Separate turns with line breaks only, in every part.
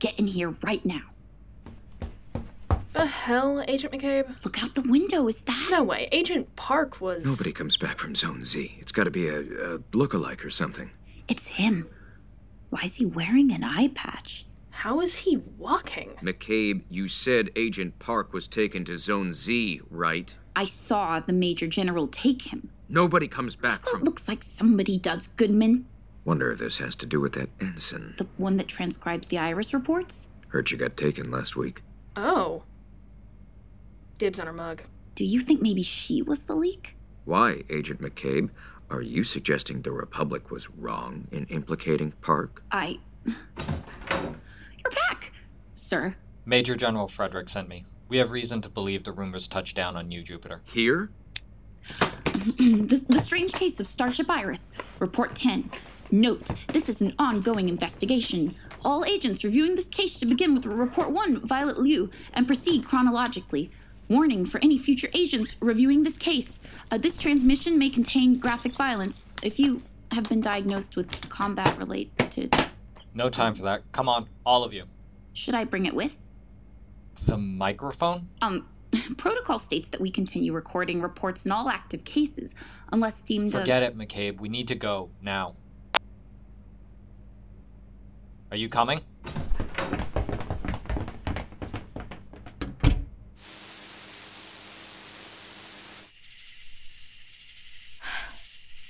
Get in here right now.
The hell, Agent McCabe?
Look out the window. Is that?
No way. Agent Park was.
Nobody comes back from Zone Z. It's got to be a, a lookalike or something.
It's him. Why is he wearing an eye patch?
How is he walking?
McCabe, you said Agent Park was taken to Zone Z, right?
I saw the Major General take him.
Nobody comes back
That
from.
looks like somebody does, Goodman.
Wonder if this has to do with that ensign.
The one that transcribes the iris reports?
Heard you got taken last week.
Oh. Dibs on her mug.
Do you think maybe she was the leak?
Why, Agent McCabe? Are you suggesting the Republic was wrong in implicating Park?
I. You're back, sir.
Major General Frederick sent me. We have reason to believe the rumors touched down on New Jupiter.
Here?
the, the strange case of Starship Iris, Report 10. Note, this is an ongoing investigation. All agents reviewing this case should begin with Report 1, Violet Liu, and proceed chronologically. Warning for any future agents reviewing this case. Uh, this transmission may contain graphic violence. If you have been diagnosed with combat related,
No time for that. Come on, all of you.
should I bring it with?
The microphone?
Um, protocol states that we continue recording reports in all active cases unless deemed a-
Forget it, McCabe. We need to go now. Are you coming?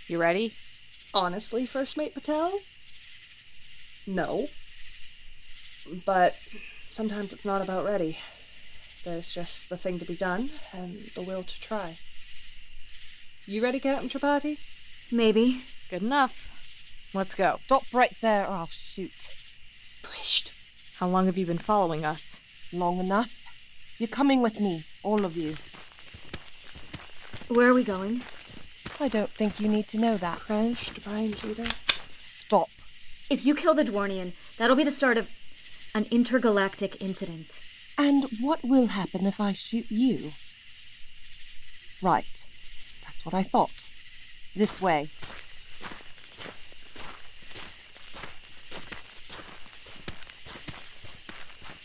You ready? Honestly, First Mate Patel? No. But sometimes it's not about ready. There's just the thing to be done and the will to try. You ready, Captain Tripathi?
Maybe.
Good enough. Let's go.
Stop right there, or
Oh,
I'll shoot.
Pushed. How long have you been following us?
Long enough. You're coming with me, all of you. Where are we going? I don't think you need to know that.
Crunched by Judah.
Stop.
If you kill the Dwarnian, that'll be the start of an intergalactic incident.
And what will happen if I shoot you? Right. That's what I thought. This way.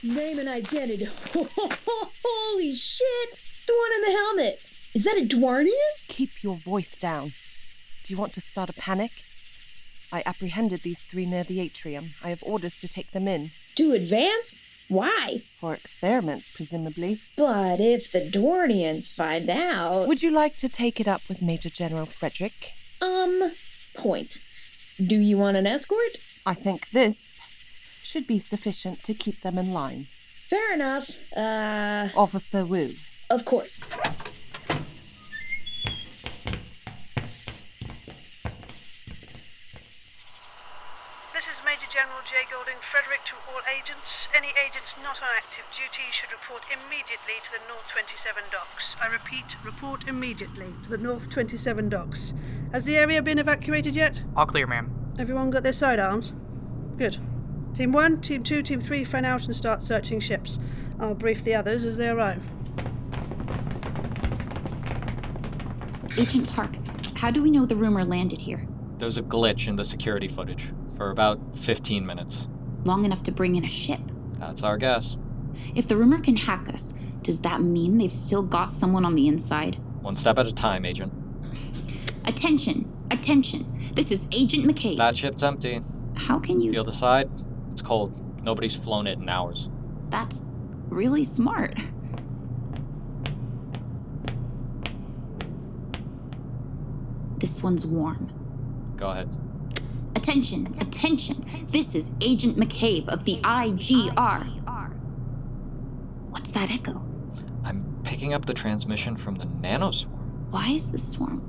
Name and identity. Holy shit! The one in the helmet. Is that a Dwarnian?
Keep your voice down. Do you want to start a panic? I apprehended these three near the atrium. I have orders to take them in.
To advance? Why?
For experiments, presumably.
But if the Dwarnians find out,
Would you like to take it up with Major General Frederick?
um, point. Do you want an escort?
I think this should be sufficient to keep them in line.
Fair enough. Uh,
Officer Wu.
of course.
This is Major General J. Golding Frederick to all agents. Any agents not on active duty should report immediately to the North 27 docks. I repeat, report immediately to the North 27 docks. Has the area been evacuated yet?
All clear, ma'am.
Everyone got their sidearms? Good. Team 1, Team 2, Team 3, fan out and start searching ships. I'll brief the others as they arrive.
Agent Park, how do we know the rumor landed here?
There's a glitch in the security footage for about 15 minutes.
Long enough to bring in a ship.
That's our guess.
If the rumor can hack us, does that mean they've still got someone on the inside?
One step at a time, Agent.
Attention! Attention! This is Agent McCabe.
That ship's empty.
How can you.
Feel the side? It's cold. Nobody's flown it in hours.
That's really smart. This one's warm.
Go ahead.
Attention, attention. This is Agent McCabe of the IGR. What's that echo?
Picking up the transmission from the nanoswarm.
Why is this swarm?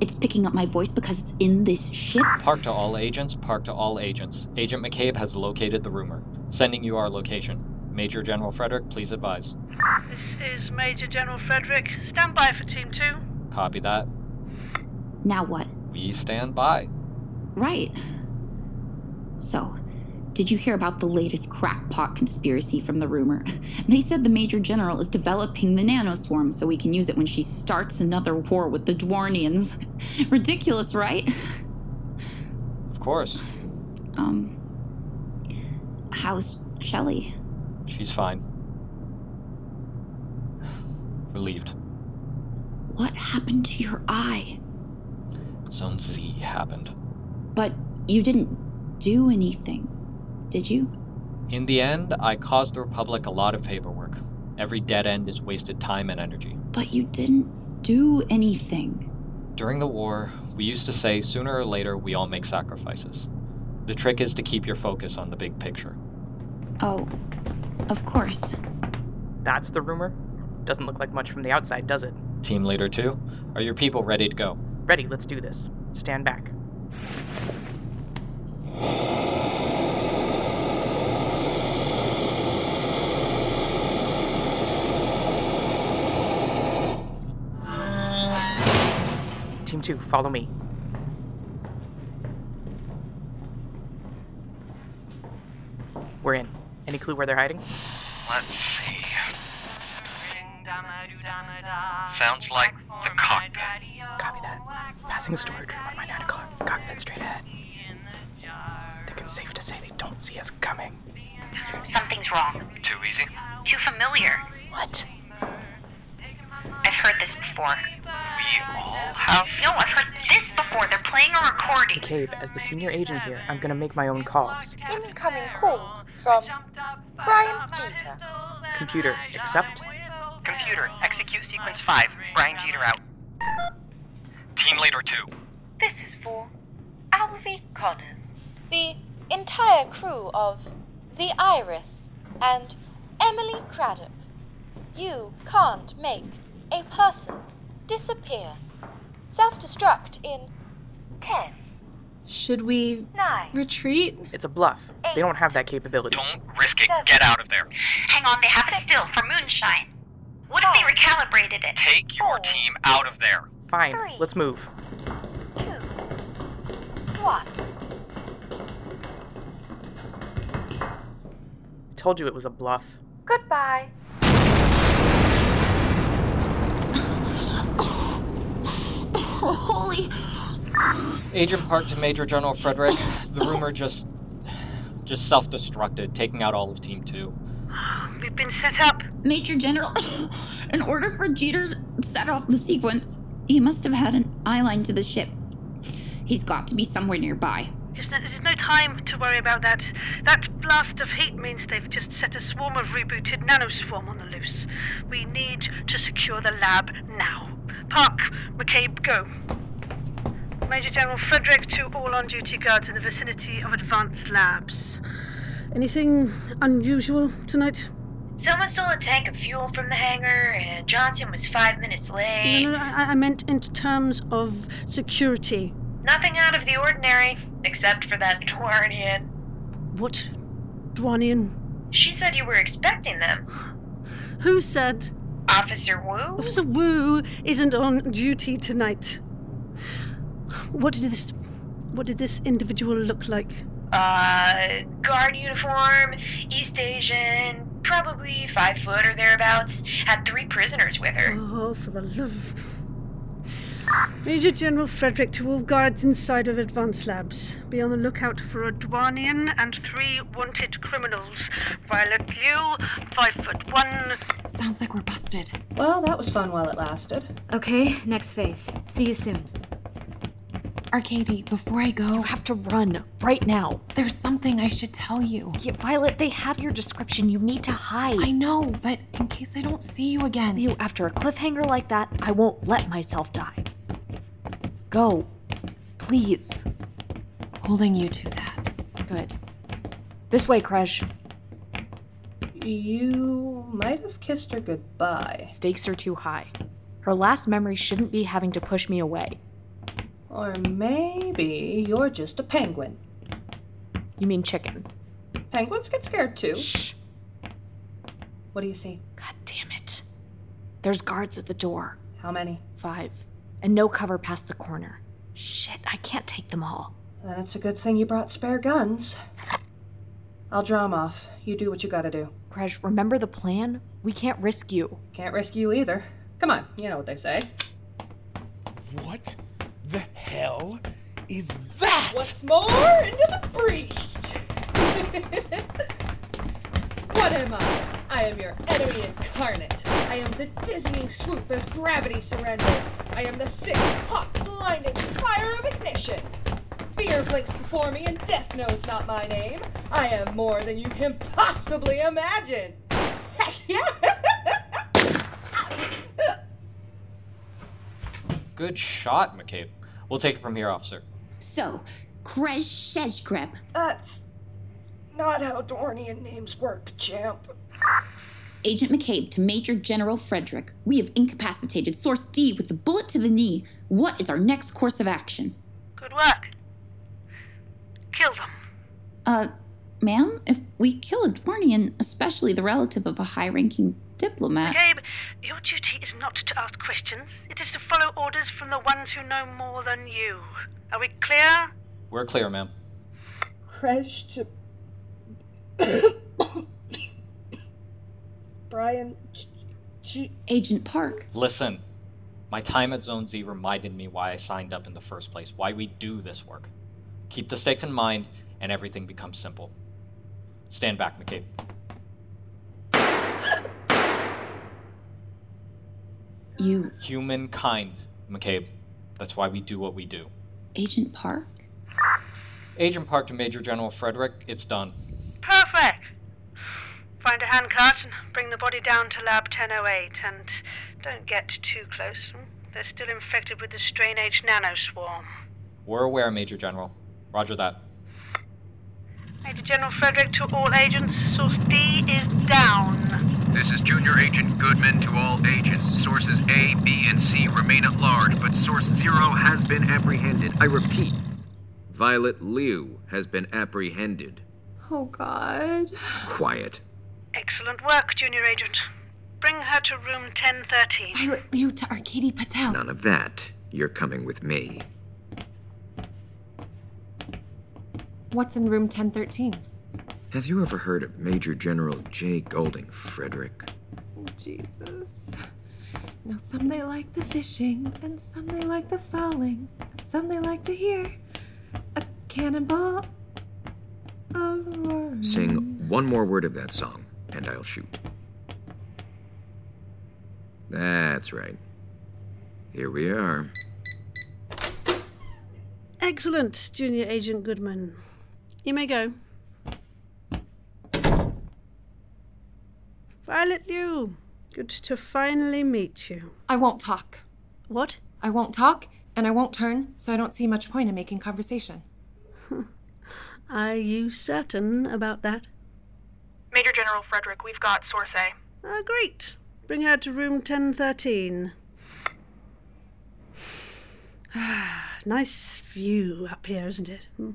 It's picking up my voice because it's in this ship.
Park to all agents, park to all agents. Agent McCabe has located the rumor. Sending you our location. Major General Frederick, please advise.
This is Major General Frederick. Stand by for Team 2.
Copy that.
Now what?
We stand by.
Right. So, did you hear about the latest crackpot conspiracy from the rumor? They said the Major General is developing the nanoswarm so we can use it when she starts another war with the Dwarnians. Ridiculous, right?
Of course.
Um, how's Shelly?
She's fine. Relieved.
What happened to your eye?
Zone Z happened.
But you didn't do anything, did you?
In the end, I caused the Republic a lot of paperwork. Every dead end is wasted time and energy.
But you didn't do anything.
During the war, we used to say sooner or later we all make sacrifices. The trick is to keep your focus on the big picture.
Oh, of course.
That's the rumor? Doesn't look like much from the outside, does it?
Team Leader 2, are your people ready to go?
Ready, let's do this. Stand back. Team 2, follow me. We're in. Any clue where they're hiding?
Let's see. Sounds like the cockpit.
Copy that. Passing a storage room on my 9 o'clock. Cockpit straight ahead. I think it's safe to say they don't see us coming.
Something's wrong.
Too easy?
Too familiar.
What?
I've heard this before.
We all
have? No, I've heard this before. They're playing a recording.
McCabe, as the senior agent here, I'm gonna make my own calls.
Incoming call from Brian Jeter.
Computer, accept?
Computer, execute sequence 5. Brian Jeter out. Team Leader 2.
This is for Alvy Connors, the entire crew of The Iris, and Emily Craddock. You can't make a person disappear. Self destruct in 10,
Should we
9,
retreat?
It's a bluff. They don't have that capability. Don't
Risk it. Get out of there.
Hang on, they have it still for moonshine. What if they recalibrated it?
Take your team out of there.
Fine, let's move.
1.
Told you it was a bluff.
Goodbye.
Holy.
Agent Park to Major General Frederick. The rumor just. just self destructed, taking out all of Team 2.
We've been set up. Major General, in order for Jeter to set off the sequence, he must have had an eye line to the ship. He's got to be somewhere nearby.
There's no, there's no time to worry about that. That blast of heat means they've just set a swarm of rebooted nanoswarm on the loose. We need to secure the lab now. Park, McCabe, go. Major General Frederick to all on duty guards in the vicinity of Advanced Labs. Anything unusual tonight?
Someone stole a tank of fuel from the hangar, and Johnson was five minutes late.
No, no, no, I, I meant in terms of security.
Nothing out of the ordinary, except for that Dwarnian.
What? Dwanian?
She said you were expecting them.
Who said
Officer Wu?
Officer Wu isn't on duty tonight? What did this. What did this individual look like?
Uh, guard uniform, East Asian, probably five foot or thereabouts, had three prisoners with her.
Oh, for the love. Major General Frederick to all guards inside of Advanced Labs. Be on the lookout for a Dwanian and three wanted criminals. Violet Liu, five foot one.
Sounds like we're busted.
Well, that was fun while it lasted.
Okay, next phase. See you soon.
Arcady, before I go, you have to run right now. There's something I should tell you.
Yeah, Violet, they have your description. You need to hide.
I know, but in case I don't see you again.
You, after a cliffhanger like that, I won't let myself die.
Go. Please. Holding you to that.
Good. This way, Kresh.
You might have kissed her goodbye.
Stakes are too high. Her last memory shouldn't be having to push me away.
Or maybe you're just a penguin.
You mean chicken.
Penguins get scared too. Shh. What do you see?
God damn it. There's guards at the door.
How many?
Five. And no cover past the corner. Shit, I can't take them all.
Then it's a good thing you brought spare guns. I'll draw 'em off. You do what you gotta do.
Kresh, remember the plan? We can't risk you.
Can't risk you either. Come on, you know what they say.
What the hell is
That! Once more into the breach!
What am I? I am your enemy incarnate. I am the dizzying swoop as gravity surrenders. I am the sick, hot, blinding fire of ignition. Fear blinks before me, and death knows not my name. I am more than you can possibly imagine. Heck yeah!
Good shot, McCabe. We'll take it from here, officer.
So, Kresh Sheshgrep.
That's not how Dornian names work, champ.
Agent McCabe to Major General Frederick. We have incapacitated Source D with a bullet to the knee. What is our next course of action?
Good work. Kill them.
Uh, ma'am, if we kill a Dwarnian, especially the relative of a high ranking diplomat.
McCabe, your duty is not to ask questions. It is to follow orders from the ones who know more than you. Are we clear?
We're clear, ma'am.
Crash to. Brian.
Agent Park.
Listen, my time at Zone Z reminded me why I signed up in the first place, why we do this work. Keep the stakes in mind, and everything becomes simple. Stand back, McCabe.
You.
Humankind, McCabe. That's why we do what we do.
Agent Park?
Agent Park to Major General Frederick, it's done.
Perfect. Find a handcart and bring the body down to Lab 1008. And don't get too close. Hmm? They're still infected with the strain H nano swarm.
We're aware, Major General. Roger that.
Major General Frederick to all agents. Source D is down.
This is Junior Agent Goodman to all agents. Sources A, B, and C remain at large, but Source Zero has been apprehended. I repeat,
Violet Liu has been apprehended.
Oh god.
Quiet.
Excellent work, Junior Agent. Bring her to room 1013.
Violet Liu to Arcady Patel.
None of that. You're coming with me.
What's in room 1013?
Have you ever heard of Major General J. Golding Frederick?
Jesus. Now, some they like the fishing, and some they like the fowling, and some they like to hear a cannonball of roaring.
Sing one more word of that song, and I'll shoot. That's right. Here we are.
Excellent, Junior Agent Goodman. You may go. Violet Liu, good to finally meet you.
I won't talk.
What?
I won't talk, and I won't turn, so I don't see much point in making conversation.
Are you certain about that?
Major General Frederick, we've got Source A.
Ah, great. Bring her to room 1013. Ah, nice view up here, isn't it? Hmm.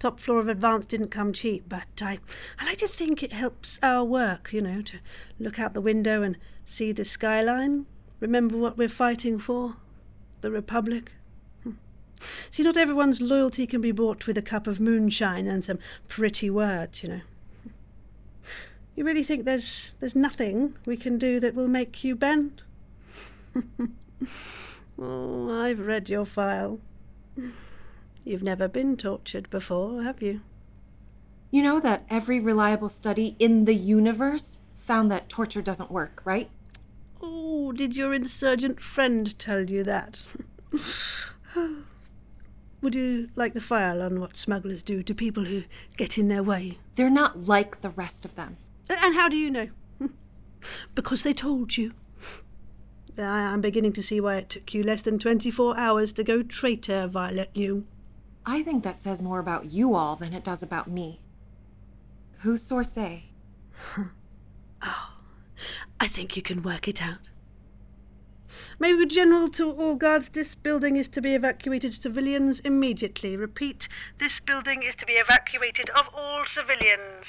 Top floor of Advance didn't come cheap, but I, I like to think it helps our work, you know, to look out the window and see the skyline. Remember what we're fighting for? The Republic. Hmm. See, not everyone's loyalty can be bought with a cup of moonshine and some pretty words, you know. You really think there's there's nothing we can do that will make you bend? oh, I've read your file. You've never been tortured before, have you?
You know that every reliable study in the universe found that torture doesn't work, right?
Oh, did your insurgent friend tell you that? Would you like the file on what smugglers do to people who get in their way?
They're not like the rest of them.
A- And how do you know? Because they told you. I am beginning to see why it took you less than 24 hours to go traitor, Violet You.
I think that says more about you all than it does about me. Who's Source A?
Oh, I think you can work it out. Maybe General to all guards, this building is to be evacuated to civilians immediately. Repeat, this building is to be evacuated of all civilians.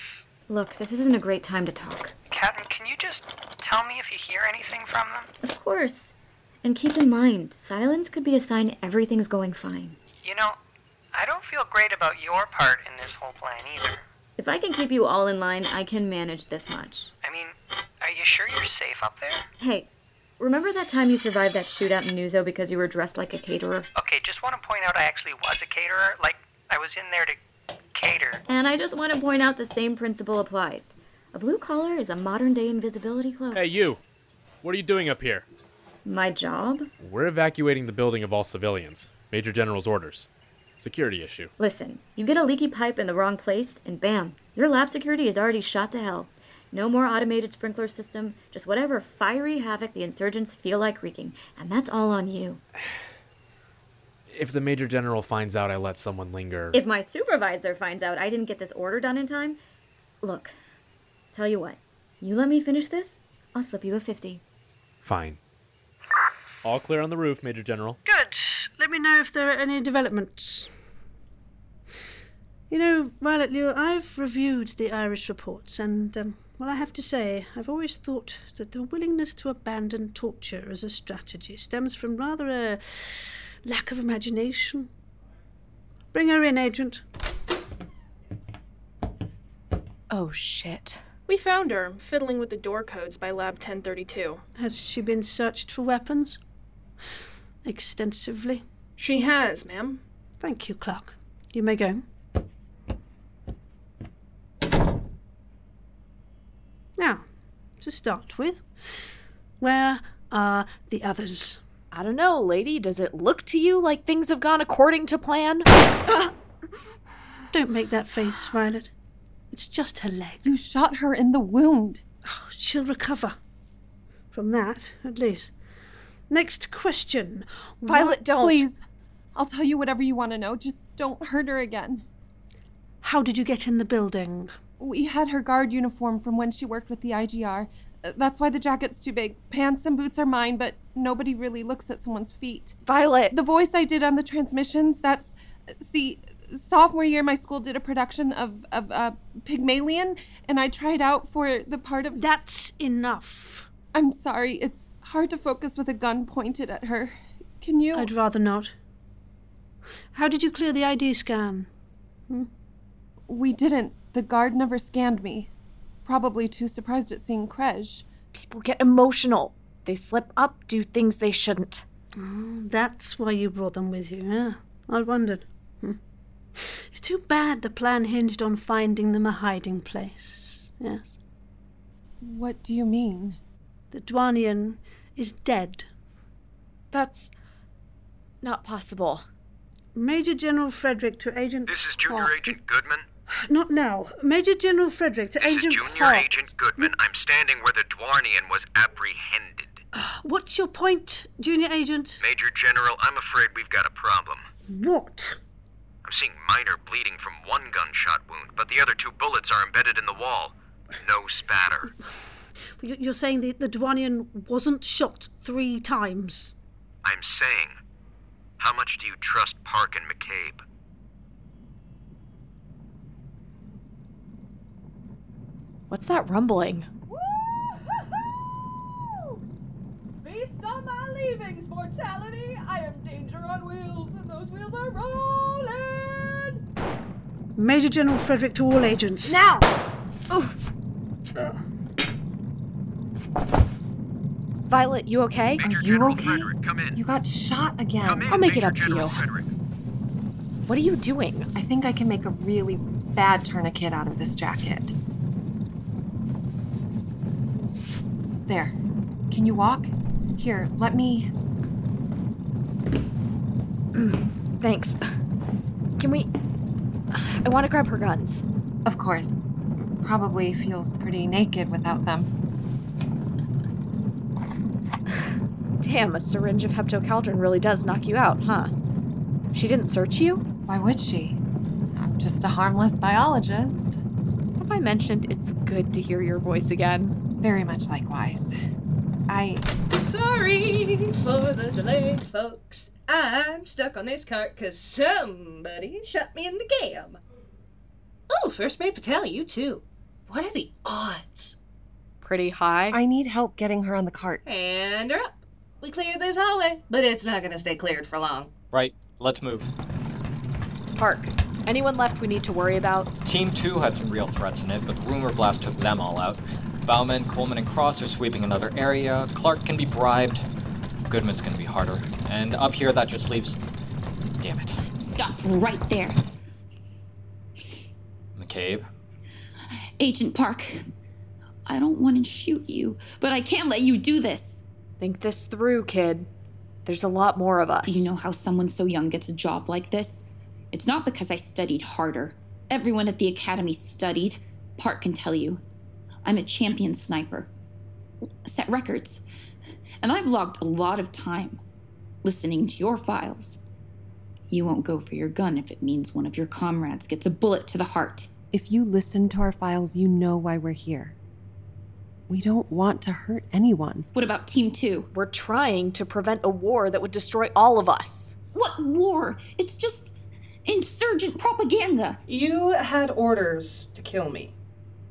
Look, this isn't a great time to talk.
Captain, can you just tell me if you hear anything from them?
Of course. And keep in mind, silence could be a sign everything's going fine.
You know, I don't feel great about your part in this whole plan either.
If I can keep you all in line, I can manage this much.
I mean, are you sure you're safe up there?
Hey, remember that time you survived that shootout in Nuzo because you were dressed like a caterer?
Okay, just want to point out I actually was a caterer. Like, I was in there to cater.
And I just want to point out the same principle applies. A blue collar is a modern day invisibility cloak.
Hey, you! What are you doing up here?
My job?
We're evacuating the building of all civilians. Major General's orders. Security issue.
Listen, you get a leaky pipe in the wrong place, and bam, your lab security is already shot to hell. No more automated sprinkler system, just whatever fiery havoc the insurgents feel like wreaking, and that's all on you.
If the Major General finds out I let someone linger.
If my supervisor finds out I didn't get this order done in time, look, tell you what, you let me finish this, I'll slip you a 50.
Fine. All clear on the roof, Major General.
Good. Let me know if there are any developments. You know, Violet Liu, I've reviewed the Irish reports, and, um, well, I have to say, I've always thought that the willingness to abandon torture as a strategy stems from rather a lack of imagination. Bring her in, Agent.
Oh, shit. We found her, fiddling with the door codes by Lab 1032.
Has she been searched for weapons? Extensively.
She has, ma'am.
Thank you, Clark. You may go. Now, to start with, where are the others?
I don't know, lady. Does it look to you like things have gone according to plan?
Don't make that face, Violet. It's just her leg.
You shot her in the wound.
Oh, she'll recover. From that, at least. Next question.
Violet,
What-
don't. I'll tell you whatever you want to know. Just don't hurt her again.
How did you get in the building?
We had her guard uniform from when she worked with the IGR. Uh, That's why the jacket's too big. Pants and boots are mine, but nobody really looks at someone's feet.
Violet!
The voice I did on the transmissions, that's. See, sophomore year, my school did a production of, of uh, Pygmalion, and I tried out for the part of.
That's enough.
I'm sorry, it's hard to focus with a gun pointed at her. Can you?
I'd rather not. How did you clear the ID scan?
Hmm? We didn't. The guard never scanned me. Probably too surprised at seeing Krej.
People get emotional. They slip up, do things they shouldn't.
Oh, that's why you brought them with you, huh? I wondered. Hmm. It's too bad the plan hinged on finding them a hiding place. Yes.
What do you mean?
The Dwanian is dead.
That's not possible.
Major General Frederick to Agent.
This is Junior
Parks.
Agent Goodman.
Not now. Major General Frederick to
This is
Agent
Junior
Parks.
Agent Goodman. I'm standing where the Dwarnian was apprehended.
What's your point, Junior Agent?
Major General, I'm afraid we've got a problem.
What?
I'm seeing minor bleeding from one gunshot wound, but the other two bullets are embedded in the wall. No spatter.
You- You're saying the, the Dwanian wasn't shot three times?
I'm saying, how much do you trust Park and McCabe?
What's that rumbling?
Feast on my leavings, mortality! I am danger on wheels, and those wheels are rolling!
Major General Frederick to all agents.
Now!
Uh,
Violet, you okay? Are you okay?
You
got shot again.
I'll make it up to you.
What are you doing? I think I can make a really bad tourniquet out of this jacket. There. Can you walk? Here, let me.
Mm, Thanks. Can we. I want to grab her guns.
Of course. Probably feels pretty naked without them.
Damn, a syringe of heptocaldrin really does knock you out, huh? She didn't search you? Why would she? I'm just a harmless biologist. Have I mentioned it's good to hear your voice again? Very much likewise. I.
Sorry for the delay, folks. I'm stuck on this cart 'cause somebody shut me in the gam. Oh, First Mate Patel, you too. What are the odds?
Pretty high.
I need help getting her on the cart.
And her up. We cleared this hallway, but it's not gonna stay cleared for long.
Right, let's move.
Park. Anyone left we need to worry about?
Team 2 had some real threats in it, but Rumor Blast took them all out. Bauman, Coleman, and Cross are sweeping another area. Clark can be bribed. Goodman's gonna be harder. And up here, that just leaves. Damn it.
Stop right there.
McCabe.
Agent Park, I don't want to shoot you, but I can't let you do this.
Think this through, kid. There's a lot more of us.
Do you know how someone so young gets a job like this? It's not because I studied harder. Everyone at the academy studied. Park can tell you. I'm a champion sniper. Set records. And I've logged a lot of time listening to your files. You won't go for your gun if it means one of your comrades gets a bullet to the heart.
If you listen to our files, you know why we're here. We don't want to hurt anyone.
What about Team 2?
We're trying to prevent a war that would destroy all of us.
What war? It's just insurgent propaganda.
You had orders to kill me.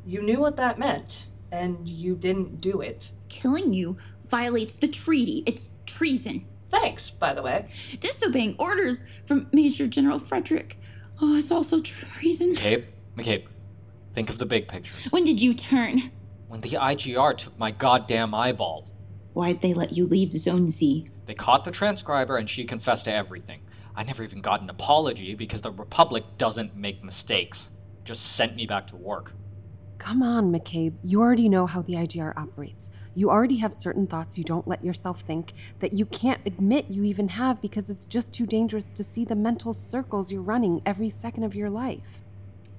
You knew what that meant, and you didn't do it.
Killing you violates the treaty. It's treason.
Thanks, by the way.
Disobeying orders from Major General Frederick. Oh, it's also treason.
McCabe? McCabe. Think of the big picture.
When did you turn?
When the IGR took my goddamn eyeball,
Why'd they let you leave Zone Z?
they caught the transcriber and she confessed to everything. I never even got an apology because the Republic doesn't make mistakes. Just sent me back to work.
Come on, McCabe. You already know how the IGR operates. You already have certain thoughts you don't let yourself think that you can't admit you even have because it's just too dangerous to see the mental circles you're running every second of your life.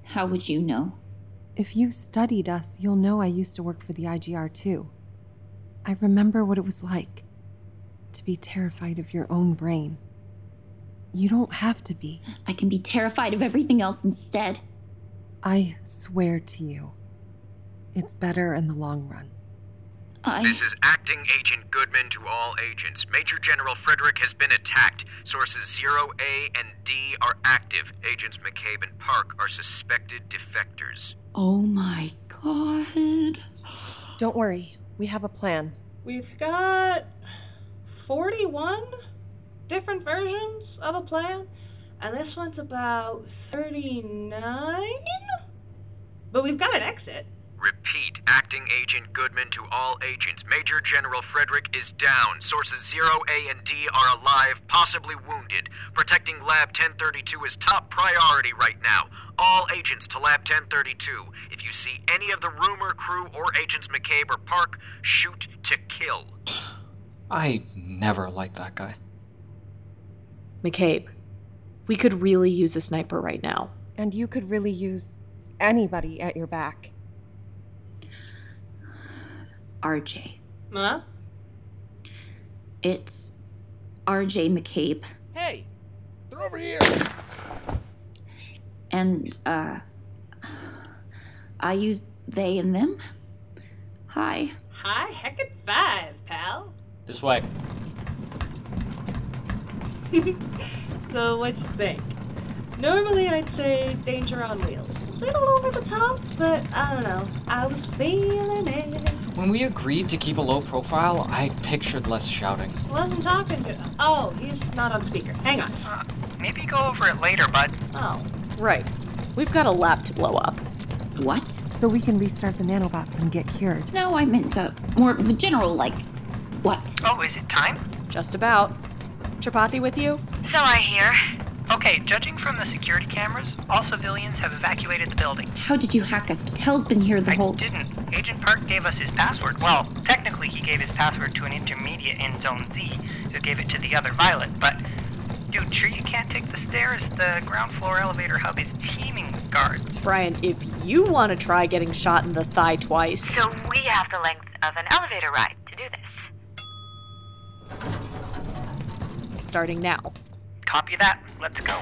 How would you know?
If you've studied us, you'll know I used to work for the IGR too. I remember what it was like to be terrified of your own brain. You don't have to be.
I can be terrified of everything else instead.
I swear to you, it's better in the long run.
This
is Acting Agent Goodman to all agents. Major General Frederick has been attacked. Sources 0A and D are active. Agents McCabe and Park are suspected defectors.
Oh my god.
Don't worry, we have a plan.
We've got 41 different versions of a plan, and this one's about 39?
But we've got an exit.
Repeat, Acting Agent Goodman to all agents. Major General Frederick is down. Sources 0A and D are alive, possibly wounded. Protecting Lab 1032 is top priority right now. All agents to Lab 1032. If you see any of the rumor crew or agents McCabe or Park, shoot to kill.
I never liked that guy.
McCabe, we could really use a sniper right now.
And you could really use anybody at your back.
RJ.
Huh?
It's RJ McCabe.
Hey, they're over here.
And, uh. I use they and them? Hi.
Hi, heck at five, pal.
This way.
So what you think? Normally I'd say danger on wheels. Little over the top, but I don't know. I was feeling it.
When we agreed to keep a low profile, I pictured less shouting.
Wasn't talking to. Oh, he's not on speaker. Hang on.
Maybe go over it later, bud.
Oh.
Right. We've got a lap to blow up.
What?
So we can restart the nanobots and get cured.
No, I meant uh, more of a general, like, what?
Oh, is it time?
Just about. Chapati with you?
So I hear. Okay, judging from the security cameras, all civilians have evacuated the building.
How did you hack us? Patel's been here the whole.
Didn't. Agent Park gave us his password. Well, technically, he gave his password to an intermediate in Zone Z, who gave it to the other Violet, but. Dude, sure you can't take the stairs? The ground floor elevator hub is teeming with guards.
Brian, if you want to try getting shot in the thigh twice.
So we have the length of an elevator ride to do this.
starting now.
Copy that. Let's go.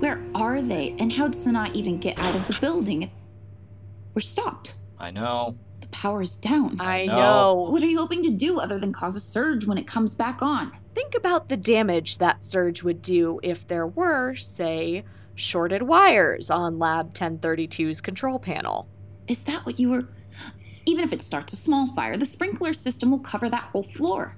Where are they? And how'd Sanaa even get out of the building? if- We're stopped.
I know.
The power's down. I
know. know.
What are you hoping to do other than cause a surge when it comes back on?
Think about the damage that surge would do if there were, say, shorted wires on Lab 1032's control panel.
Is that what you were. Even if it starts a small fire, the sprinkler system will cover that whole floor.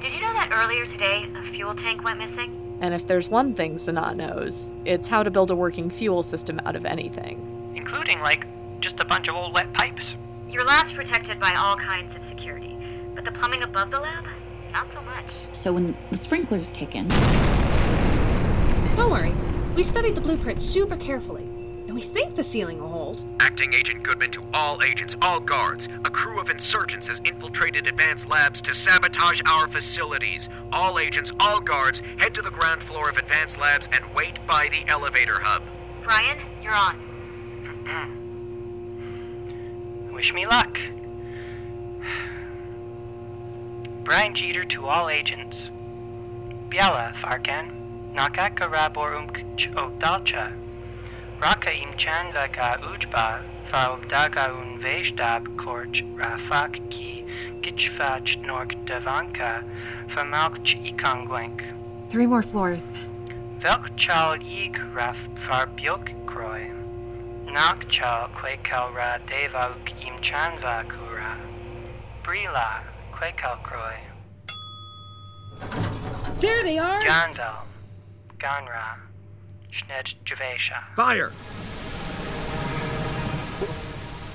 Did you know that earlier today a fuel tank went missing?
And if there's one thing Sanat knows, it's how to build a working fuel system out of anything.
Including, like, just a bunch of old wet pipes.
Your lab's protected by all kinds of security, but the plumbing above the lab? Not so much.
So when the sprinklers kick in.
Don't worry. We studied the blueprint super carefully, and we think the ceiling will hold.
Acting Agent Goodman to all agents, all guards. A crew of insurgents has infiltrated advanced labs to sabotage our facilities. All agents, all guards, head to the ground floor of advanced labs and wait by the elevator hub.
Brian, you're on.
Mm. Wish me luck. Brian Jeter to all agents. Biala Farkan, Nakaka Rabor Umkch Odalcha, Raka Imchanga Ga Ujba, Faubdaga Unvejtab Korch Rafak Ki, Gitchvach Nork Davanka, Famalch Ikangwank,
Three more floors.
Velkchal Yig Raf Farbjok Kroy, Nakchal Kwakel Ra Devauk Imchanva Kura, Brila Kwakel Kroy,
There they are!
Gandal, Ganra, Shned Javesha.
Fire!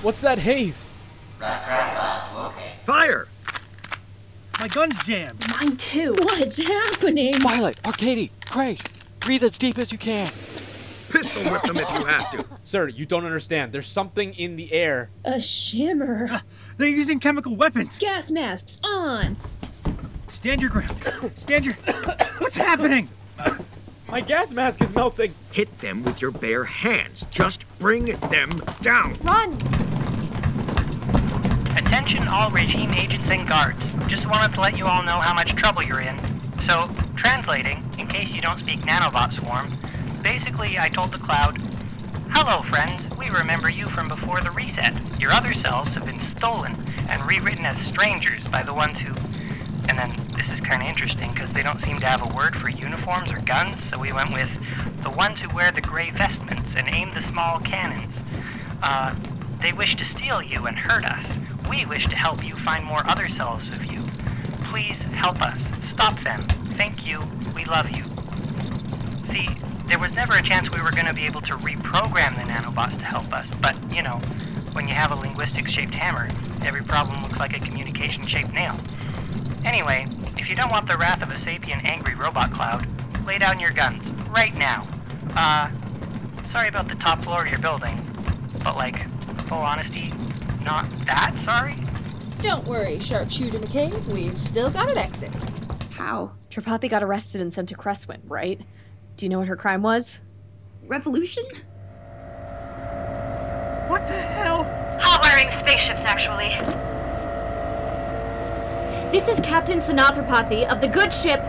What's that haze?
Fire! My gun's jammed.
Mine too. What's happening?
Violet, Arcady, Craig, breathe as deep as you can.
Pistol whip them if you have to. Sir, you don't understand. There's something in the air.
A shimmer.
Uh, They're using chemical weapons.
Gas masks on.
Stand your ground. Stand your. What's happening?
My gas mask is melting.
Hit them with your bare hands. Just bring them down.
Run!
Attention all regime agents and guards. Just wanted to let you all know how much trouble you're in. So, translating, in case you don't speak nanobot swarm, basically I told the cloud, Hello friends, we remember you from before the reset. Your other selves have been stolen and rewritten as strangers by the ones who... And then, this is kinda interesting because they don't seem to have a word for uniforms or guns, so we went with the ones who wear the gray vestments and aim the small cannons. Uh, they wish to steal you and hurt us. We wish to help you find more other selves of you. Please help us. Stop them. Thank you. We love you. See, there was never a chance we were going to be able to reprogram the nanobots to help us, but, you know, when you have a linguistic shaped hammer, every problem looks like a communication shaped nail. Anyway, if you don't want the wrath of a sapient angry robot cloud, lay down your guns. Right now. Uh, sorry about the top floor of your building, but, like, full honesty, not that sorry?
Don't worry, sharpshooter McCabe. We've still got an exit.
How?
Tripathi got arrested and sent to Crestwind, right? Do you know what her crime was?
Revolution?
What the hell?
Hot-wiring spaceships, actually.
This is Captain Sanathropathy of the good ship.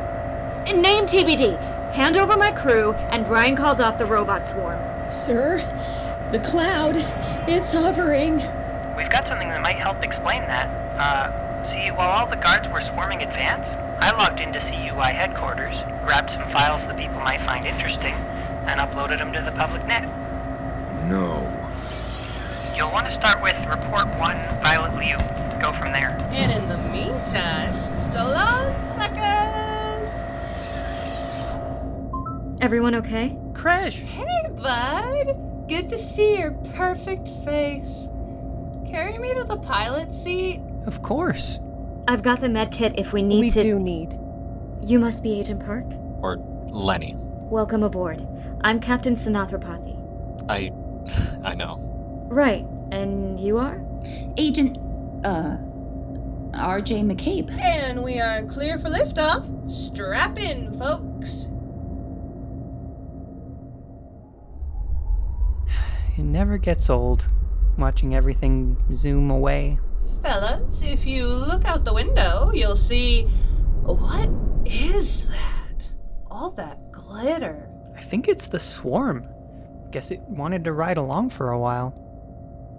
Name TBD. Hand over my crew, and Brian calls off the robot swarm.
Sir, the cloud, it's hovering.
We've got something that might help explain that. Uh, see, while all the guards were swarming advance, I logged into CUI headquarters, grabbed some files that people might find interesting, and uploaded them to the public net.
No.
You'll want to start with Report 1, Violet Liu. Go from there.
And in the meantime, so long, suckers!
Everyone okay?
Crash!
Hey, bud! Good to see your perfect face. Carry me to the pilot seat.
Of course.
I've got the med kit if we need
We
to.
do need.
You must be Agent Park.
Or Lenny.
Welcome aboard. I'm Captain Sanathropathy.
I. I know.
Right, and you are?
Agent. uh. RJ McCabe.
And we are clear for liftoff. Strap in, folks.
It never gets old watching everything zoom away
Fellas, if you look out the window, you'll see. What is that? All that glitter.
I think it's the swarm. Guess it wanted to ride along for a while.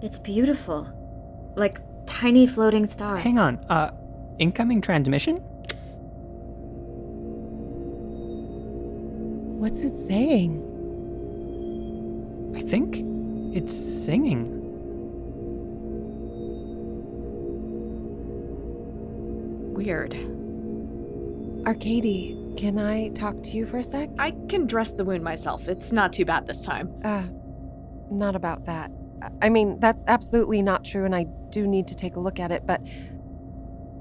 It's beautiful. Like tiny floating stars.
Hang on, uh, incoming transmission?
What's it saying?
I think it's singing.
Weird. Arcady, can I talk to you for a sec?
I can dress the wound myself. It's not too bad this time.
Uh, not about that. I- I mean, that's absolutely not true, and I do need to take a look at it, but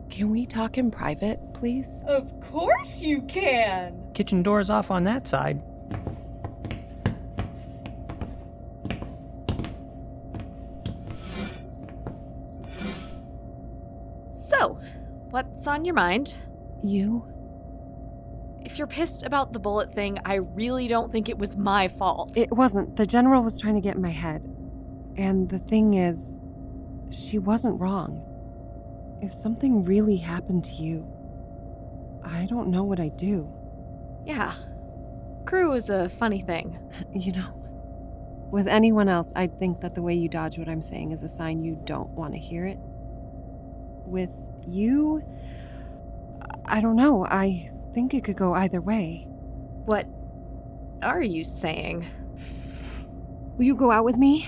can we talk in private, please?
Of course you can!
Kitchen door's off on that side.
So, what's on your mind?
You?
If you're pissed about the bullet thing, I really don't think it was my fault.
It wasn't. The general was trying to get in my head. And the thing is, she wasn't wrong. If something really happened to you, I don't know what I'd do.
Yeah. Crew is a funny thing.
You know, With anyone else, I'd think that the way you dodge what I'm saying is a sign you don't want to hear it. With you, I don't know. I think it could go either way.
What are you saying?
Will you go out with me?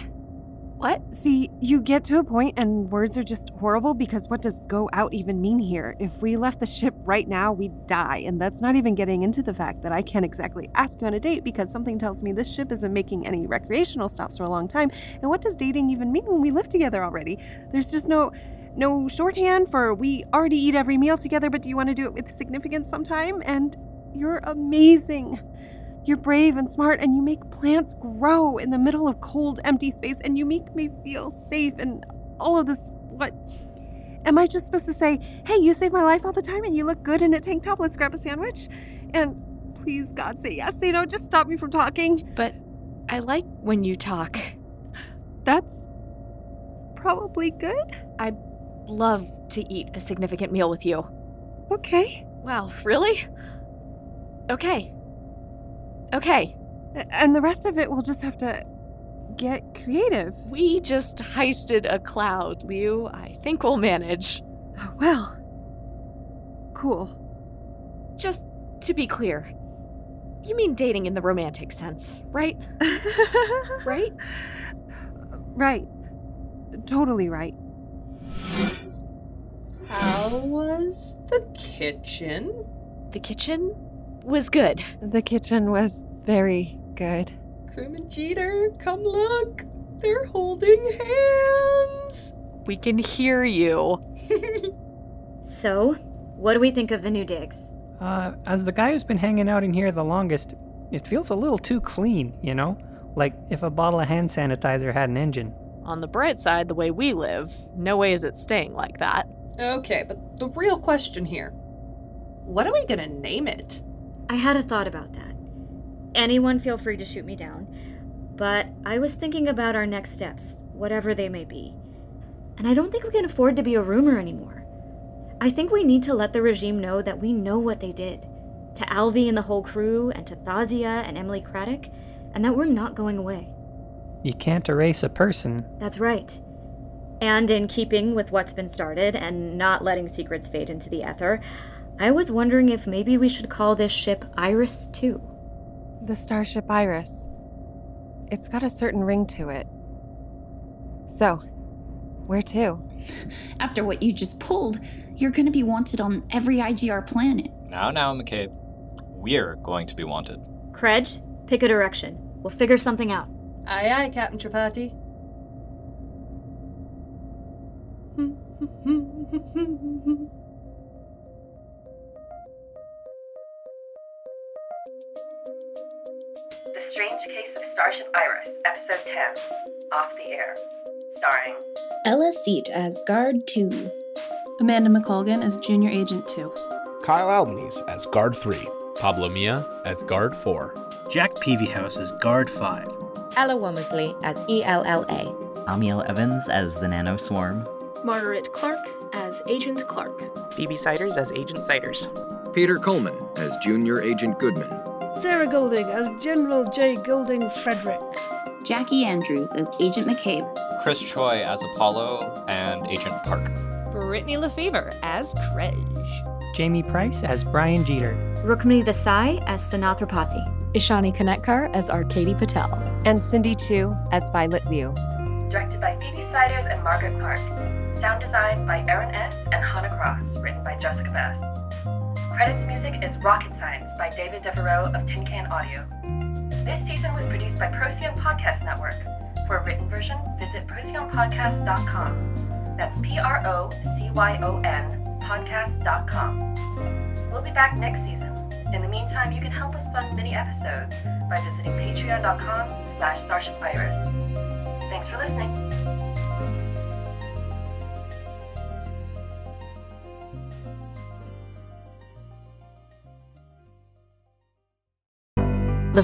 What?
See, you get to a point and words are just horrible because what does go out even mean here? If we left the ship right now, we'd die. And that's not even getting into the fact that I can't exactly ask you on a date because something tells me this ship isn't making any recreational stops for a long time. And what does dating even mean when we live together already? There's just no no shorthand for we already eat every meal together, but do you want to do it with significance sometime? And you're amazing. You're brave and smart, and you make plants grow in the middle of cold, empty space, and you make me feel safe and all of this. What? Am I just supposed to say, hey, you save my life all the time, and you look good in a tank top? Let's grab a sandwich? And please, God, say yes. You know, just stop me from talking.
But I like when you talk.
That's probably good.
I'd love to eat a significant meal with you.
Okay.
Wow, really? Okay. Okay.
And the rest of it, we'll just have to get creative.
We just heisted a cloud, Liu. I think we'll manage.
Oh, Well, cool.
Just to be clear, you mean dating in the romantic sense, right? right?
Right. Totally right.
How was the kitchen?
The kitchen was good.
The kitchen was very good.
Crew and Jeter, come look! They're holding hands!
We can hear you.
So, what do we think of the new digs?
Uh, as the guy who's been hanging out in here the longest, it feels a little too clean, you know? Like if a bottle of hand sanitizer had an engine.
On the bright side, the way we live, no way is it staying like that.
Okay, but the real question here what are we gonna name it?
I had a thought about that. Anyone feel free to shoot me down. But I was thinking about our next steps, whatever they may be. And I don't think we can afford to be a rumor anymore. I think we need to let the regime know that we know what they did to Alvi and the whole crew, and to Thazia and Emily Craddock, and that we're not going away.
You can't erase a person.
That's right. And in keeping with what's been started and not letting secrets fade into the ether, I was wondering if maybe we should call this ship Iris 2.
The starship Iris. It's got a certain ring to it. So, where to?
After what you just pulled, you're gonna be wanted on every IGR planet.
Now, now, McCabe, we're going to be wanted.
Credge, pick a direction. We'll figure something out.
Aye, aye, Captain Tripathi.
The Strange Case of Starship Iris, Episode 10, Off the Air, starring
Ella Seat as Guard 2.
Amanda McColgan as Junior Agent 2.
Kyle Albanese as Guard 3.
Pablo Mia as Guard 4.
Jack Peavyhouse as Guard 5.
Ella Womersley as ELLA.
Amiel Evans as the Nano Swarm.
Margaret Clark as Agent Clark.
Phoebe Siders as Agent Siders.
Peter Coleman as Junior Agent Goodman.
Sarah Golding as General J. Golding Frederick.
Jackie Andrews as Agent McCabe.
Chris Choi as Apollo and Agent Park.
Brittany Lefevre as Krej.
Jamie Price as Brian Jeter.
Rukmini Desai as Sanathrapathi.
Ishani Kanetkar as Arcady Patel.
And Cindy Chu as Violet Liu.
Directed by Phoebe Siders and Margaret Clark. Sound design by Aaron S. and Hannah Cross, written by Jessica Bass. Credits music is Rocket Science by David Devereaux of Tin Can Audio. This season was produced by Procyon Podcast Network. For a written version, visit procyonpodcast.com. That's P R O C Y O N podcast.com. We'll be back next season. In the meantime, you can help us fund mini episodes by visiting patreon.com slash Starship Virus. Thanks for listening.
The